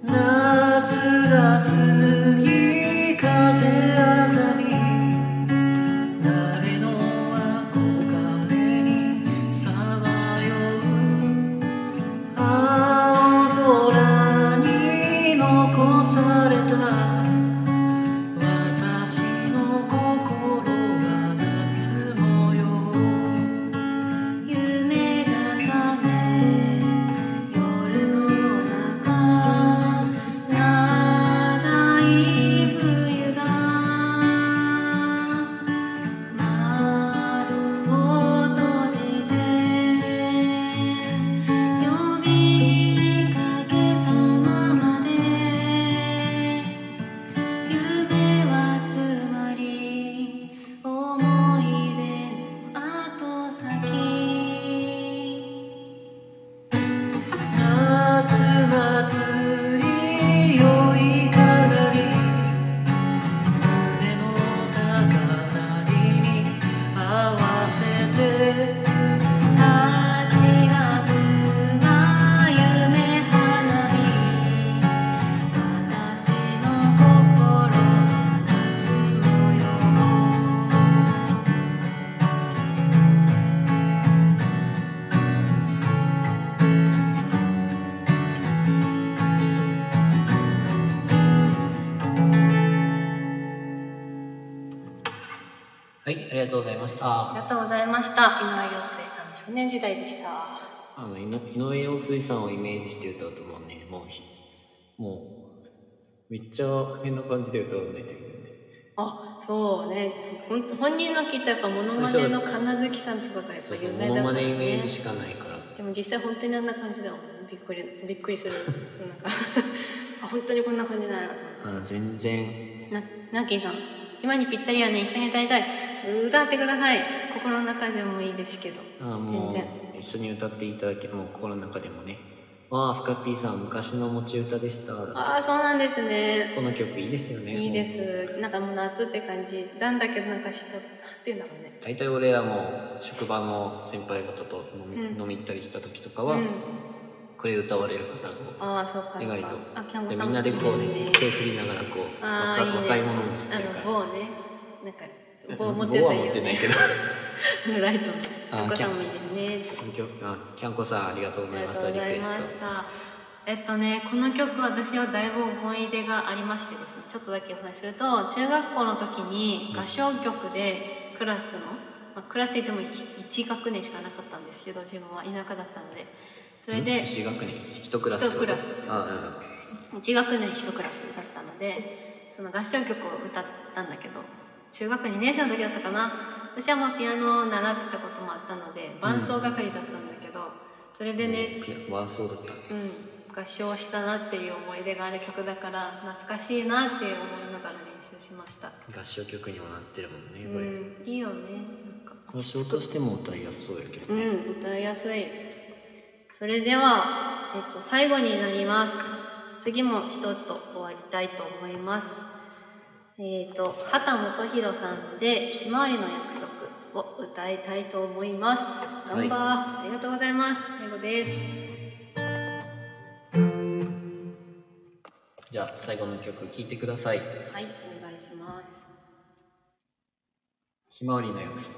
[SPEAKER 3] 夏が過ぎ風あざみ誰の憧れにさまよう青空に残された私の心は夏模様
[SPEAKER 1] 夢が覚め夜の中長い冬が窓を閉じて呼びかけたままで夢はつまり思い出の後先
[SPEAKER 3] 夏祭りよいかがり胸の高鳴りに合わせて
[SPEAKER 1] 8月が夢花火私の心は夏のよ
[SPEAKER 5] はい、ありがとうございまし
[SPEAKER 1] あ
[SPEAKER 5] た。
[SPEAKER 1] りがとうございました井上陽水さんの少年時代でした
[SPEAKER 2] あの井の井上陽水さんをイメージして歌うともうねもうひもうめっちゃ変な感じで歌わないといけないね
[SPEAKER 1] ああそうねほん本人の聞いたやっぱモノマネの神奈月さんとかがやっ
[SPEAKER 2] そ
[SPEAKER 1] ぱ
[SPEAKER 2] うそう
[SPEAKER 1] 有
[SPEAKER 2] モ
[SPEAKER 1] 名
[SPEAKER 2] ノ
[SPEAKER 1] だか
[SPEAKER 2] マ
[SPEAKER 1] ら
[SPEAKER 2] ネイメ
[SPEAKER 1] ね
[SPEAKER 2] ージしかないから
[SPEAKER 1] でも実際本当にあんな感じだもんびっくり びっくりするなん かあ本当にこんな感じだなと思って
[SPEAKER 2] うん全然
[SPEAKER 1] なナッキーさん今にぴったりやね一緒に歌いたい歌ってください心の中でもいいですけど
[SPEAKER 2] あも
[SPEAKER 1] 全然
[SPEAKER 2] う一緒に歌っていただけもう心の中でもねわあふかぴーさん昔の持ち歌でした
[SPEAKER 1] ああそうなんですね
[SPEAKER 2] この曲いいですよね
[SPEAKER 1] いいですなんかもう夏って感じなんだけどなんかしちゃうなんていうんだろうね
[SPEAKER 2] 大体俺らも職場の先輩方と飲み,、
[SPEAKER 1] うん
[SPEAKER 2] 飲み行ったりした時とか
[SPEAKER 1] う
[SPEAKER 2] は、
[SPEAKER 1] ん
[SPEAKER 2] これ歌われる方を
[SPEAKER 1] ああそうか
[SPEAKER 2] 意外と
[SPEAKER 1] あキャン
[SPEAKER 2] で
[SPEAKER 1] ボさ
[SPEAKER 2] み
[SPEAKER 1] ん
[SPEAKER 2] んなでこうね
[SPEAKER 1] いいす
[SPEAKER 2] 手振りながらこう
[SPEAKER 1] あ
[SPEAKER 2] 若
[SPEAKER 1] ーいいね
[SPEAKER 2] 若い者も知ってる
[SPEAKER 1] あ
[SPEAKER 2] か
[SPEAKER 1] の
[SPEAKER 2] ら
[SPEAKER 1] 棒ねなんか棒持ってた
[SPEAKER 2] 棒は
[SPEAKER 1] らいい
[SPEAKER 2] 持っ
[SPEAKER 1] よ
[SPEAKER 2] てない
[SPEAKER 1] ね
[SPEAKER 2] け ど
[SPEAKER 1] ライトの
[SPEAKER 2] あー
[SPEAKER 1] お子さんもいいですね
[SPEAKER 2] この曲あキャンコさんありがとうご
[SPEAKER 1] あ
[SPEAKER 2] ざ
[SPEAKER 1] り
[SPEAKER 2] い
[SPEAKER 1] が
[SPEAKER 2] まし
[SPEAKER 1] と
[SPEAKER 2] た
[SPEAKER 1] うご
[SPEAKER 2] リク
[SPEAKER 1] ざい
[SPEAKER 2] エ
[SPEAKER 1] まし
[SPEAKER 2] ス
[SPEAKER 1] た。えっとね、この曲私はだいぶ思い出がありましてですねちょっとだけお話しすると中学校の時に合唱曲でクラスの、まあ、クラスでいっても 1, 学年しかなかったんですけど自分は田舎だったのでそれで
[SPEAKER 2] ト一学年一クラス
[SPEAKER 1] 一クラス
[SPEAKER 2] あ
[SPEAKER 1] 1学年1クラスだったのでその合唱曲を歌ったんだけど中学2年生の時だったかな私はまあピアノを習ってたこともあったので伴奏係だったんだけど、それでね、
[SPEAKER 2] うんピアワンソーだった
[SPEAKER 1] うん、合唱したなっていう思い出がある曲だから懐かしいなって思いながら練習しました、
[SPEAKER 2] 合唱曲にもなってるもん
[SPEAKER 1] う
[SPEAKER 2] ねこれ、
[SPEAKER 1] ん、いいよねなんか
[SPEAKER 2] 合唱としても歌いやすそうやけど
[SPEAKER 1] う
[SPEAKER 2] ね、
[SPEAKER 1] ん歌いやすいそれでは、えっと、最後になります次も一と終わりたいと思いますえっと畑元博さんで「ひまわりの約束」を歌いたいと思います頑張ー、ありがとうございます最後です
[SPEAKER 6] じゃあ最後の曲聴いてください
[SPEAKER 1] はいお願いします
[SPEAKER 6] ひまわりの約束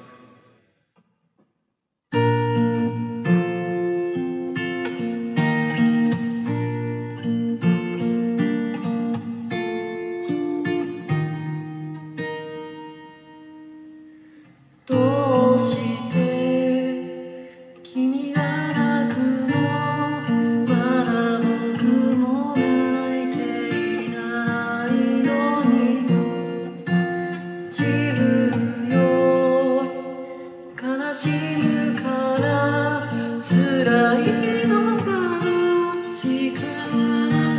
[SPEAKER 3] どうして君が泣くのまだ僕も泣いていないのに自分より悲しむから辛いのがどっちか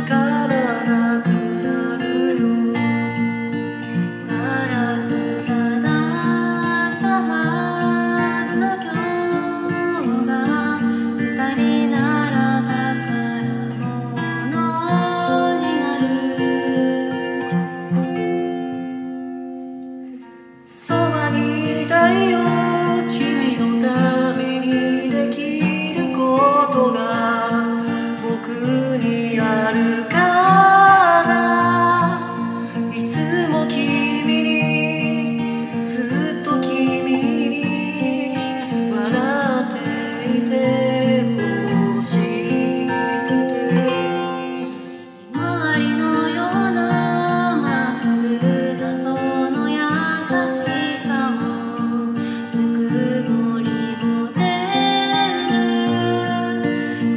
[SPEAKER 3] からなくなるよ「ガラクタだったはずの今日が二人なら宝物になる」「そばにいたいよ君のためにできることが僕にあるから」いつも君にずっと君に笑っていてほしくて周りのようなまっすぐなその優しさもぬくもりも全部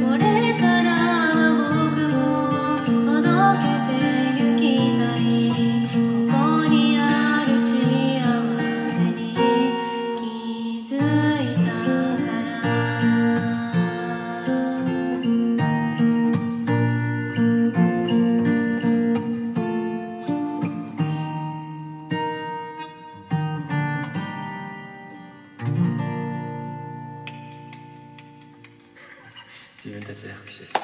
[SPEAKER 3] これからは僕も届けてゆきたいここにある幸せに気づいたから
[SPEAKER 6] 自分たちで拍手したいあ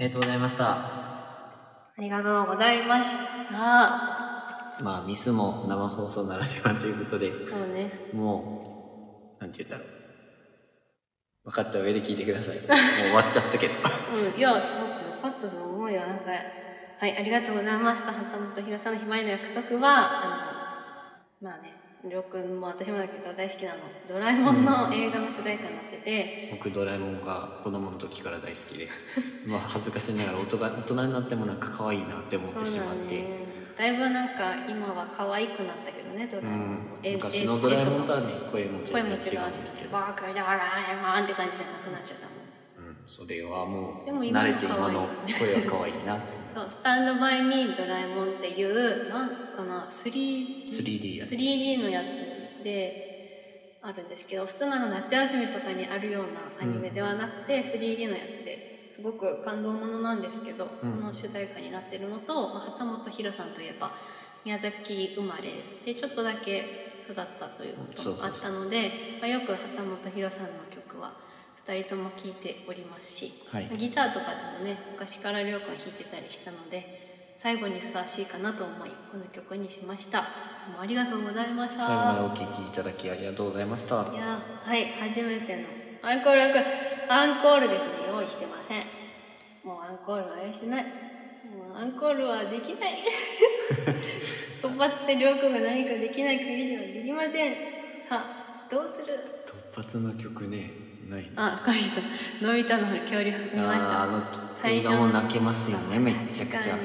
[SPEAKER 6] りがとうございました
[SPEAKER 1] ありがとうございました。
[SPEAKER 2] まあミスも生放送ならではということで
[SPEAKER 1] そうね。
[SPEAKER 2] もうなんて言ったろう分かった上で聞いてくださいもう終わっちゃったけど
[SPEAKER 1] うん、いや、すごく良かったと思うよ。なんか、はい、ありがとうございました。畑本博さんのひまわりの約束は、あの、まあね、りょうくんも私もだけど大好きなの、ドラえもんの映画の主題歌になってて、
[SPEAKER 2] 僕ドラえもんが子供の時から大好きでまあ恥ずかしながら大人大人になってもなんか可愛いなって思ってし
[SPEAKER 1] そう
[SPEAKER 2] まっ
[SPEAKER 1] だ
[SPEAKER 2] て
[SPEAKER 1] ね。だいぶなんか、今は可愛くなったけどね、ドラえ
[SPEAKER 2] う
[SPEAKER 1] もん。
[SPEAKER 2] ん、
[SPEAKER 1] え
[SPEAKER 2] 昔のドラえもんとは
[SPEAKER 1] え
[SPEAKER 2] ね声も全
[SPEAKER 1] 声も違
[SPEAKER 2] 然違うん
[SPEAKER 1] う
[SPEAKER 2] で
[SPEAKER 1] し、
[SPEAKER 2] すけど、
[SPEAKER 1] バークドラえもんって感じじゃなくなっちゃったもん。
[SPEAKER 2] うん、それはもう
[SPEAKER 1] でも今の
[SPEAKER 2] 慣れて今の
[SPEAKER 1] 可
[SPEAKER 2] 声は可愛いなって
[SPEAKER 1] そ
[SPEAKER 2] 思
[SPEAKER 1] うスタンドバイミードラえもんっていうなんかな 3D,
[SPEAKER 2] 3D や
[SPEAKER 1] 3D のやつであるんですけど普通のあの夏休みとかにあるようなアニメではなくて、3D のやつですごく感動ものなんですけど、その主題歌になってるのと、まあ、旗本博さんといえば宮崎生まれでちょっとだけ育ったということもあったので、まあ、よく旗本博さんの曲は2人とも聴いておりますし、
[SPEAKER 2] はい
[SPEAKER 1] ギターとかでもね昔からりょうくん弾いてたりしたので最後にふさわしいかなと思いこの曲にしましたどうもありがとうございました
[SPEAKER 2] 最後までお聞きいただきありがとうございました
[SPEAKER 1] いやはい初めてのアンコールアンコールアンコールですね用意してませんもうアンコールは用意してないもうアンコールはできない 突発でりょうくんが何かできない限りはできませんさあどうする
[SPEAKER 2] 突発の曲ねないね
[SPEAKER 1] あ深見さんのび太の恐竜見ました
[SPEAKER 2] あーあの映画も泣けますよねめっちゃくち
[SPEAKER 1] 確か
[SPEAKER 2] ゃ
[SPEAKER 1] に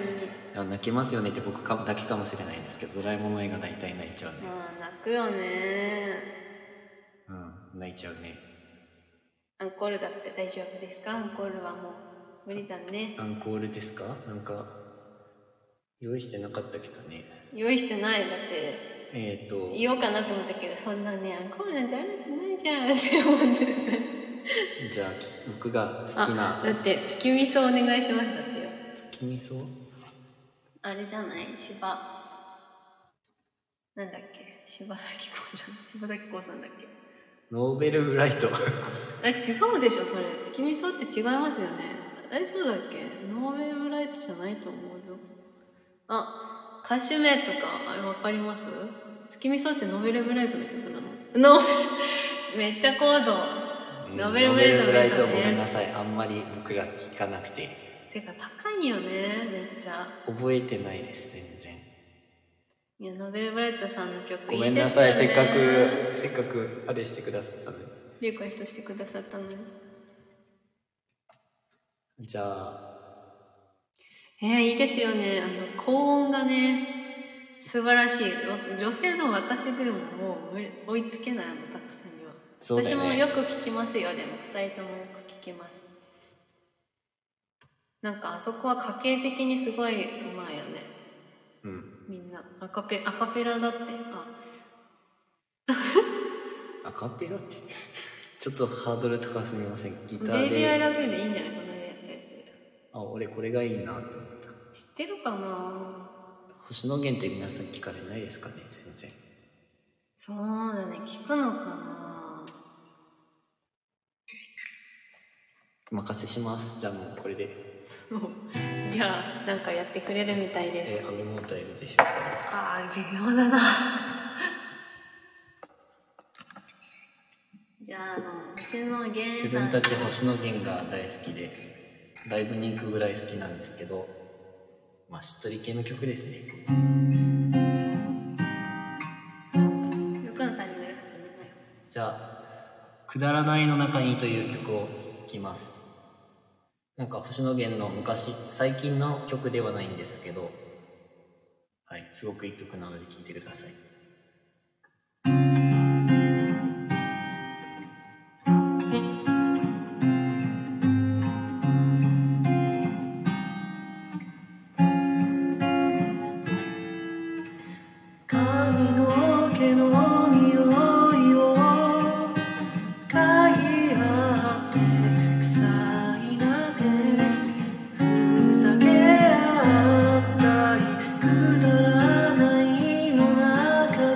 [SPEAKER 2] いや泣けますよねって僕かだけかもしれないですけどドラえもんの映画大体泣いちゃうね
[SPEAKER 1] まあ泣くよね
[SPEAKER 2] うん泣いちゃうね
[SPEAKER 1] アンコールだって大丈夫ですかアンコールはもう無理だね
[SPEAKER 2] アンコールですかなんか用意してなかったけどね
[SPEAKER 1] 用意してないだって
[SPEAKER 2] えっ、ー、と
[SPEAKER 1] 言おうかなと思ったけどそんなねアンコールなんてあるわけないじゃんって思ってたから
[SPEAKER 2] じゃあき僕が好きな
[SPEAKER 1] あだって月見草お願いしますだってよ
[SPEAKER 2] 月見草
[SPEAKER 1] あれじゃない芝なんだっけ柴咲コウじゃん柴咲コウさんだっけ
[SPEAKER 2] ノーベルブライト
[SPEAKER 1] あれ違うでしょそれ月見草って違いますよねあれそうだっけノーベルブライトじゃないと思うよあ歌手名とかあれわかります月見草ってノーベルブライトの曲なのノーベルめっ ちゃコード ノーベルブライト
[SPEAKER 2] ノーベルブライト
[SPEAKER 1] の
[SPEAKER 2] ごめんな
[SPEAKER 1] ね
[SPEAKER 2] さいあんまり僕ら聞かなくて
[SPEAKER 1] てか高いよねめっちゃ
[SPEAKER 2] 覚えてないです全然
[SPEAKER 1] いやノーベルブライトさんの曲
[SPEAKER 2] ごめんなさい
[SPEAKER 1] です
[SPEAKER 2] せ
[SPEAKER 1] よ
[SPEAKER 2] っ
[SPEAKER 1] ね
[SPEAKER 2] かくせっかくあれしてくださったので
[SPEAKER 1] リクエストしてくださったのに
[SPEAKER 2] じゃあ
[SPEAKER 1] えー、いいですよねあの高音がね素晴らしいお女性の私でももう無理追いつけないあの高さには、
[SPEAKER 2] そうだ
[SPEAKER 1] 私
[SPEAKER 2] よね
[SPEAKER 1] もよく聞きますよでも2人ともよく聞きますなんかあそこは家計的にすごいうまいよね
[SPEAKER 2] うん
[SPEAKER 1] みんなアカペアカペラだってあ
[SPEAKER 2] アカペラって ちょっとハードル高すみませんギ
[SPEAKER 1] 「ベ
[SPEAKER 2] ター
[SPEAKER 1] イビー・アイ・
[SPEAKER 2] で
[SPEAKER 1] ラブ・ユー」でいいんじゃないこの間やったやつ
[SPEAKER 2] あ俺これがいいなと思った
[SPEAKER 1] 知ってるかな
[SPEAKER 2] 星野源って皆さん聞かれないですかね全然
[SPEAKER 1] そうだね聞くのかな
[SPEAKER 2] お任せしますじゃあもうこれで、
[SPEAKER 1] じゃあなんかやってくれるみたいです
[SPEAKER 2] えー、揚げ物とエビでしょうか
[SPEAKER 1] ああ微妙だなじゃああの星野源さん
[SPEAKER 2] 自分たち星野源が大好きでライブに行くぐらい好きなんですけどまあしっとり系の曲ですね
[SPEAKER 1] よくのタイミングで始めない
[SPEAKER 2] じゃあ「くだらないの中に」という曲を聴きますなんか星野源の昔最近の曲ではないんですけどはいすごくいい曲なので聴いてください
[SPEAKER 3] 髪の毛の匂いを嗅ぎ合って臭いなってふざけ合ったりくだらないの中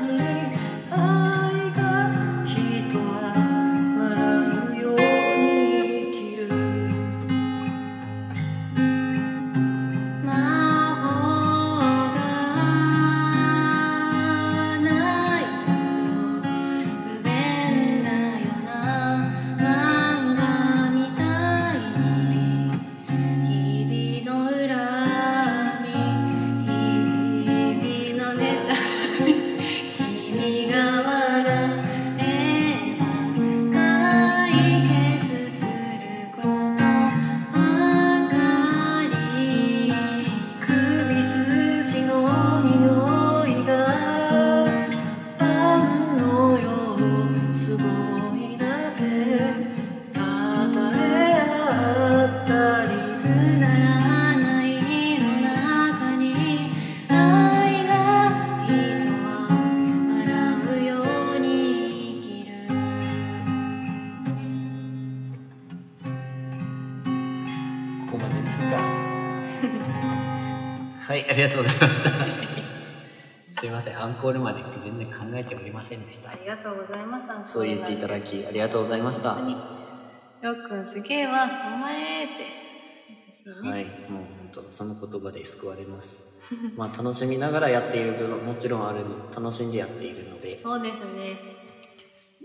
[SPEAKER 2] はい、ありがとうございました。すいません、アンコールまで全然考えておりませんでした
[SPEAKER 1] あ。りがとうございます
[SPEAKER 2] そう言っていただき、ありがとうございました。
[SPEAKER 1] 本当にりょうくんすげえわ頑張れーって優しいね、
[SPEAKER 2] はい、もう本当その言葉で救われます。 まあ楽しみながらやっている部分もちろんあるの楽しんでやっているので、
[SPEAKER 1] そうですね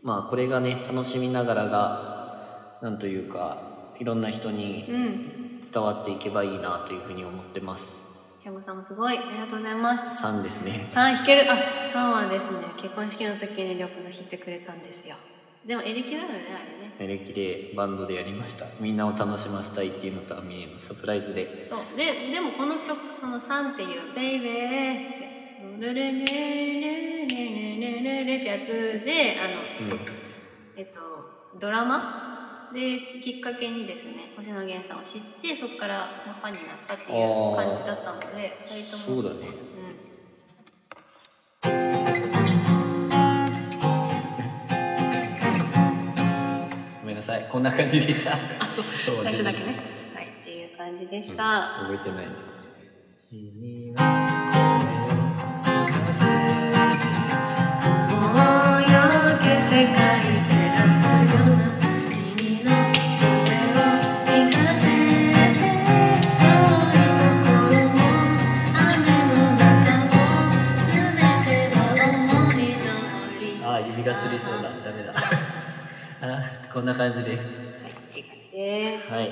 [SPEAKER 2] まあこれがね楽しみながらがなんというかいろんな人に
[SPEAKER 1] うん
[SPEAKER 2] 伝わっていけばいいなというふうに思ってます。
[SPEAKER 1] 山さんもすごいありがとうございます
[SPEAKER 2] 3ですね。
[SPEAKER 1] 3弾けるあ三はですね結婚式の時にりょうくんが弾いてくれたんですよでもエレキなのねあれね
[SPEAKER 2] エレキでバンドでやりました。みんなを楽しませたいっていうのとアミへのサプライズで。
[SPEAKER 1] そうででもこの曲その3っていう「ベイベー」ってやつ「ルルルルルルルルル」ってやつであの、えっとドラマできっかけにですね星野源さんを知ってそこからまあファンになったっていう感じだったので2人とも
[SPEAKER 2] そうだね。
[SPEAKER 1] うん
[SPEAKER 2] ごめんなさい。こんな感じでした。
[SPEAKER 1] あそう
[SPEAKER 2] そう
[SPEAKER 1] 最初だけねはいっていう感じでした、
[SPEAKER 2] 覚えてない。あー、指がつりそうだ。ダメだ。あー、こんな感じです。
[SPEAKER 1] で
[SPEAKER 2] はい。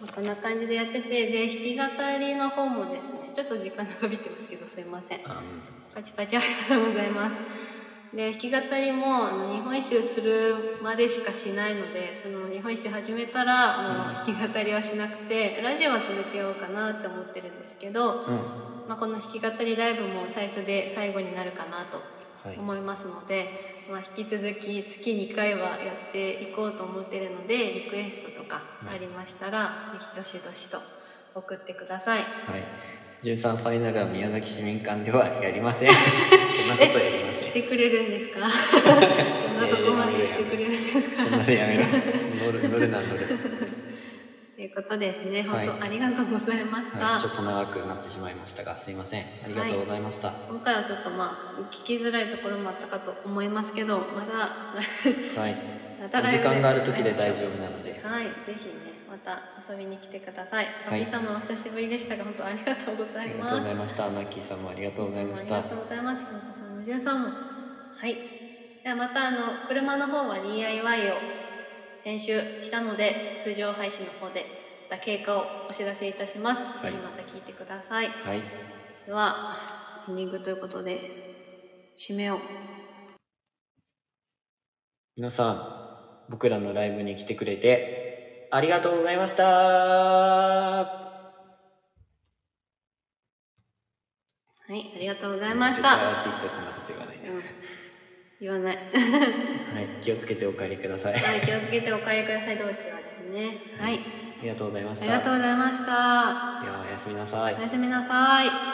[SPEAKER 1] まあこんな感じでやっててで弾き語りの方もですねちょっと時間長引いてますけどすいません
[SPEAKER 2] あ
[SPEAKER 1] パチパチありがとうございますで弾き語りもあの日本一周するまでしかしないのでその日本一周始めたらもう弾き語りはしなくてラジオは続けようかなって思ってるんですけど、
[SPEAKER 2] うん。
[SPEAKER 1] まあ、この弾き語りライブも最初で最後になるかな
[SPEAKER 2] はい
[SPEAKER 1] と思いますので、まあ、引き続き月2回はやっていこうと思ってるのでリクエストとかありましたら、ぜひどしどしと送ってください。
[SPEAKER 2] はい。13ファイナルは宮崎市民館ではやり ません。そんなことやりませ
[SPEAKER 1] 来
[SPEAKER 2] ん。
[SPEAKER 1] てくれるんです かそんなとこまで来てくれるんですか
[SPEAKER 2] そんなの やめろ。乗る、乗るな、乗る。
[SPEAKER 1] ということですね本
[SPEAKER 2] はい
[SPEAKER 1] 当ありがとうございました、
[SPEAKER 2] はい、ちょっと長くなってしまいましたが、すいません。ありがとうございました。
[SPEAKER 1] 今回はちょっとまあ聞きづらいところもあったかと思いますけどまだ
[SPEAKER 2] はい。
[SPEAKER 1] また
[SPEAKER 2] お
[SPEAKER 1] ライ
[SPEAKER 2] 時
[SPEAKER 1] ブで
[SPEAKER 2] 間がある時で大丈夫なので。
[SPEAKER 1] はい、ぜひね、また遊びに来てください。
[SPEAKER 2] はい
[SPEAKER 1] パピ様お久しぶりでしたが、本当ありがとうござ
[SPEAKER 2] あ
[SPEAKER 1] い
[SPEAKER 2] りが
[SPEAKER 1] ます。
[SPEAKER 2] とうございました。ナッキーさんもありがとうございました。
[SPEAKER 1] ありがとうございます。ひろこさんも、じゅんさんも。はい。ではまた、あの、車の方は DIY を先週したので、通常配信の方で、また経過をお知らせいたします。
[SPEAKER 2] い
[SPEAKER 1] ぜひまた聞いてください。
[SPEAKER 2] はい。
[SPEAKER 1] では、エンディングということで、締めを。
[SPEAKER 2] 皆さん、僕らのライブに来てくれて、ありがとうございました。
[SPEAKER 1] はい、ありがとうございまし
[SPEAKER 2] 絶対ア
[SPEAKER 1] た。
[SPEAKER 2] ーティストこんなこと言わないで
[SPEAKER 1] うん、言わない。
[SPEAKER 2] はい。気をつけてお帰りください。
[SPEAKER 1] はい、気をつけてお帰りください。道中はですね。はい。
[SPEAKER 2] ありがとうございまし
[SPEAKER 1] あ
[SPEAKER 2] た。
[SPEAKER 1] りがとうございました。
[SPEAKER 2] いやーおやすみなさい
[SPEAKER 1] お。やすみなさい。